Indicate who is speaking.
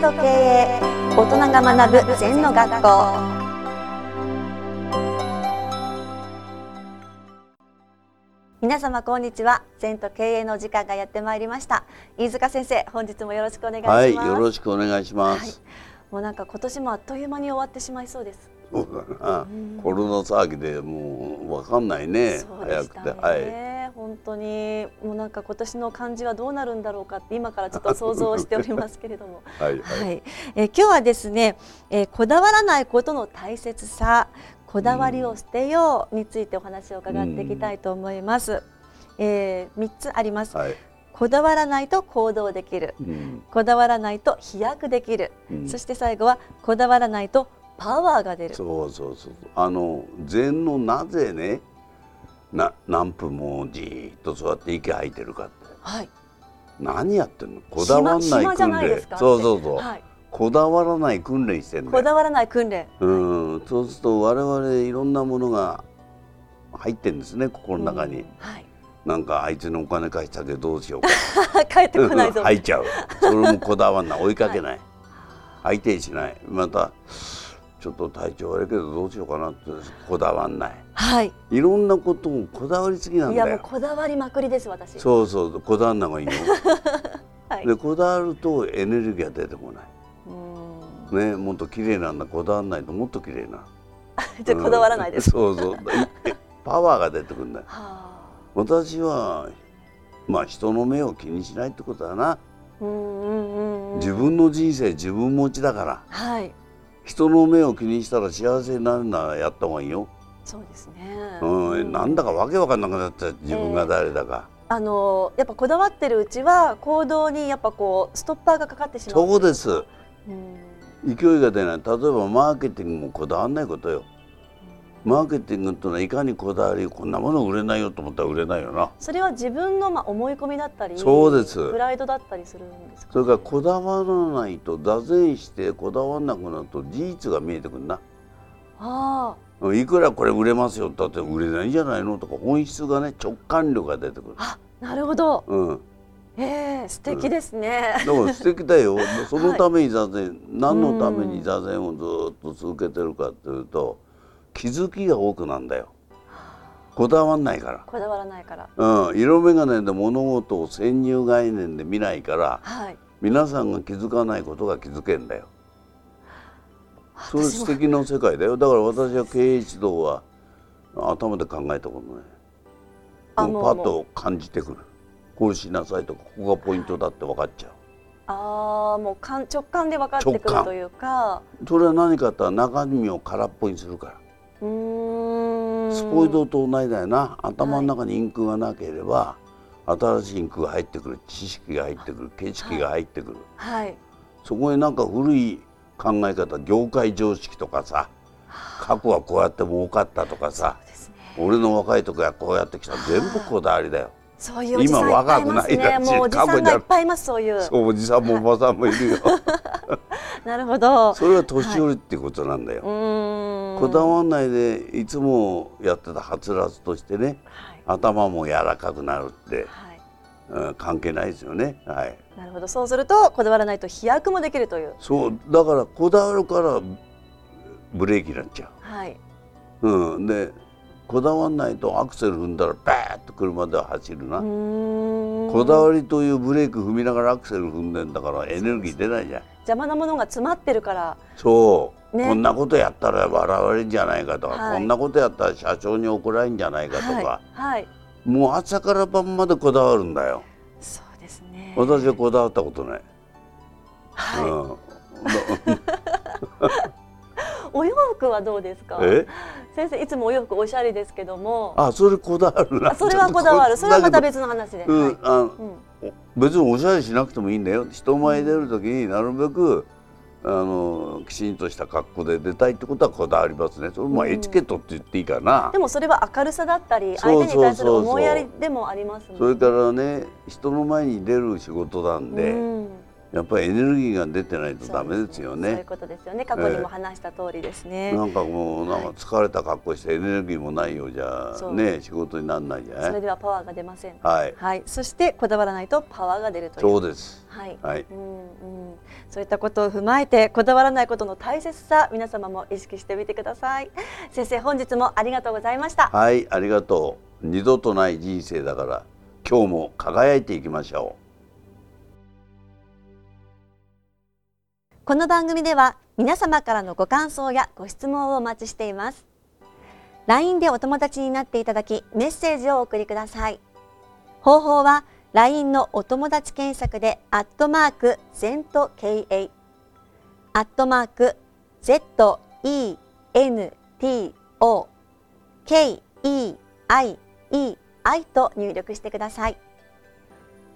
Speaker 1: と経営大人が学ぶ禅の学校皆様こんにちは禅と経営の時間がやってまいりました飯塚先生本日もよろしくお願いします、
Speaker 2: はい、よろしくお願いします。
Speaker 1: もうなんか今年もあっという間に終わってしまいそうです、
Speaker 2: そうだな、 コロナ騒ぎでもうわかんないね、
Speaker 1: そうで
Speaker 2: 早
Speaker 1: し
Speaker 2: く
Speaker 1: た
Speaker 2: て、
Speaker 1: ね、
Speaker 2: はい。
Speaker 1: 本当にもうなんか今年の漢字はどうなるんだろうかって今からちょっと想像しておりますけれども
Speaker 2: はい、
Speaker 1: は、
Speaker 2: はい
Speaker 1: えー今日はですね、えーこだわらないことの大切さ、こだわりを捨てようについてお話を伺っていきたいと思います。えー、3つあります、
Speaker 2: い、はい、
Speaker 1: こだわらないと行動できる。
Speaker 2: うん、
Speaker 1: こだわらないと飛躍できる。
Speaker 2: うん
Speaker 1: そして最後はこだわらないとパワーが出る。
Speaker 2: そうそうそう、あの禅のなぜね。な、何分もじーっと座って息吐いてるかって、
Speaker 1: はい。
Speaker 2: 何やってんの、こだわら
Speaker 1: 島
Speaker 2: な
Speaker 1: 島
Speaker 2: い
Speaker 1: じゃ
Speaker 2: 訓
Speaker 1: ないで
Speaker 2: 練
Speaker 1: すか。。
Speaker 2: そうそうそう、
Speaker 1: はい。
Speaker 2: こだわらない訓練してんだ
Speaker 1: こ
Speaker 2: よ。
Speaker 1: だわらない訓練。
Speaker 2: うん、そうすると、我々いろんなものが。入ってんですね、心の中
Speaker 1: う
Speaker 2: に。
Speaker 1: んはい。
Speaker 2: なんかあいつのお金貸したけどどうしようか
Speaker 1: 帰ってこないぞ。
Speaker 2: 入っちゃうそれもこだわんない追いかけない、相手にしないまたちょっと体調悪いけどどうしようかなってこだわんない
Speaker 1: はい。
Speaker 2: いろんなことをこだわりすぎなん
Speaker 1: いや
Speaker 2: だ
Speaker 1: もう
Speaker 2: よ
Speaker 1: こだわりまくりです私。
Speaker 2: そうそうこだわんない方がいいよ
Speaker 1: はい。
Speaker 2: でこだわるとエネルギーが出てこな
Speaker 1: うん
Speaker 2: いねもっと綺麗なんだこだわんないともっと綺麗な
Speaker 1: じゃあこだわらないです。
Speaker 2: うんそうそうえパワーが出てくるんだよ
Speaker 1: はあ。
Speaker 2: 私はまあ人の目を気にしないってことだな
Speaker 1: うんうんうんうん。
Speaker 2: 自分の人生自分持ちだから
Speaker 1: はい。
Speaker 2: 人の目を気にしたら幸せになるならやった方がいいよ、
Speaker 1: そうですね。
Speaker 2: うんなんだ
Speaker 1: か。
Speaker 2: かわけわかんなくなっちゃう自分が誰だか、
Speaker 1: あのやっぱこだわってるうちは行動にやっぱこうストッパーがかかってしまう。
Speaker 2: そうです
Speaker 1: うん。
Speaker 2: 勢いが出ない例えばマーケティングもこだわんないことよマーケティングってのはいかにこだわりこんなもの売れないよと思ったら売れないよな
Speaker 1: それは自分のまあ思い込みだったり、
Speaker 2: そうです
Speaker 1: プライドだったりするんですか。
Speaker 2: それからこだわらないと座禅してこだわんなくなると事実が見えてくるな
Speaker 1: あ
Speaker 2: うんいくらこれ売れますよって言ったって売れないんじゃないのとか本質がね直感力が出てくる
Speaker 1: あ、あなるほど。
Speaker 2: うん
Speaker 1: ええ素敵ですね。
Speaker 2: だから素敵だ よそのために座禅、何のために座禅をずっと続けてるかっていうと気づきが多くなんだよこだわんないか
Speaker 1: こだわらないから。
Speaker 2: ら、うん、色眼鏡で物事を先入概念で見ないから
Speaker 1: はい。
Speaker 2: 皆さんが気づかないことが気づけんだよそういう
Speaker 1: 私
Speaker 2: 素
Speaker 1: も
Speaker 2: 敵な世界だよだから私は経営指導は頭で考えたこと
Speaker 1: あ
Speaker 2: ない
Speaker 1: も
Speaker 2: もう
Speaker 1: う
Speaker 2: パッ
Speaker 1: も
Speaker 2: と感じてくるこうしなさいとかここがポイントだって分かっちゃう
Speaker 1: ああもうかん直感で分かってく
Speaker 2: 直
Speaker 1: る
Speaker 2: 感
Speaker 1: というか。
Speaker 2: それは何かって言ったら中身を空っぽにするから
Speaker 1: うーん。
Speaker 2: スポイドと同じだよな頭の中にインクがなければ、新しいインクが入ってくる知識が入ってくる景色が入ってくる、
Speaker 1: はい。
Speaker 2: そこになんか古い考え方業界常識とかさ過去はこうやって儲かったとかさ
Speaker 1: ですね。
Speaker 2: 俺の若い時はこうやってきた全部こだわりだよ
Speaker 1: そういうおじさんいっぱ
Speaker 2: 今
Speaker 1: い
Speaker 2: 若
Speaker 1: い
Speaker 2: く
Speaker 1: ま
Speaker 2: な
Speaker 1: す
Speaker 2: い
Speaker 1: ね。
Speaker 2: らしい
Speaker 1: もうおじさんがいっぱいいますそういう。
Speaker 2: そうおじさんもおばさんもいるよ
Speaker 1: なるほど。
Speaker 2: それは年寄りってことなんだよ、
Speaker 1: うーん。
Speaker 2: こだわんないでいつもやってたはつらつとしてね
Speaker 1: はい。
Speaker 2: 頭も柔らかくなるって、
Speaker 1: はい。
Speaker 2: うん、関係ないですよねはい
Speaker 1: なるほど。そうするとこだわらないと飛躍もできるという。
Speaker 2: そうだからこだわるからブレーキになっちゃ
Speaker 1: はい。
Speaker 2: う、うん、でこだわんないとアクセル踏んだらバーッと車では走るな、
Speaker 1: うーん。
Speaker 2: こだわりというブレーキ踏みながらアクセル踏んでんだからエネルギー出ないじゃん
Speaker 1: 邪魔なものが詰まってるから。
Speaker 2: そう、
Speaker 1: ね
Speaker 2: こんなことやったら笑われるんじゃないかとか、
Speaker 1: はい
Speaker 2: こんなことやったら社長に怒られるんじゃないかとか、
Speaker 1: はい。はい。
Speaker 2: もう朝から晩までこだわるんだよ
Speaker 1: そうですね。
Speaker 2: 私はこだわったことない、
Speaker 1: は
Speaker 2: うんだ
Speaker 1: い。お洋服はどうですか。
Speaker 2: え
Speaker 1: 先生いつもお洋服おしゃれですけども。
Speaker 2: あそれこだわるな
Speaker 1: あそれはこだわる。それはまた
Speaker 2: だ
Speaker 1: 別の話で。
Speaker 2: けどう
Speaker 1: は
Speaker 2: ん
Speaker 1: い。
Speaker 2: あの
Speaker 1: うん。
Speaker 2: 別におしゃれしなくてもいいんだよ人前に出る時になるべくあのきちんとした格好で出たいってことはこだわりますねそれも
Speaker 1: うん
Speaker 2: エチケットって言っていいかな、
Speaker 1: でもそれは明るさだったり
Speaker 2: そう
Speaker 1: 相
Speaker 2: そうそう
Speaker 1: 手
Speaker 2: そう
Speaker 1: に対する思いやりでもありますもんね
Speaker 2: それからね人の前に出る仕事なんで、
Speaker 1: うん
Speaker 2: やっぱりエネルギーが出てないとダメですよ
Speaker 1: そういう
Speaker 2: ね。
Speaker 1: ことですよね。過去にも話した通りですね。
Speaker 2: なんかもうなんか疲れた格好してエネルギーもないようじゃ
Speaker 1: そう
Speaker 2: ね仕事にならないじゃ
Speaker 1: そ
Speaker 2: な
Speaker 1: れ
Speaker 2: い。
Speaker 1: ではパワーが出ません。
Speaker 2: はい、
Speaker 1: はい。そしてこだわらないとパワーが出るという。
Speaker 2: そうです。
Speaker 1: はい。
Speaker 2: はい、
Speaker 1: うんうん、そういったことを踏まえてこだわらないことの大切さ皆様も意識してみてください先生本日もありがとうございました
Speaker 2: はい、ありがとう。二度とない人生だから今日も輝いていきましょう。
Speaker 1: この番組では皆様からのご感想やご質問をお待ちしています LINE でお友達になっていただきメッセージをお送りください方法は LINE のお友達検索でアットマーク ZENTKA アットマーク ZENTOKEIEI と入力してください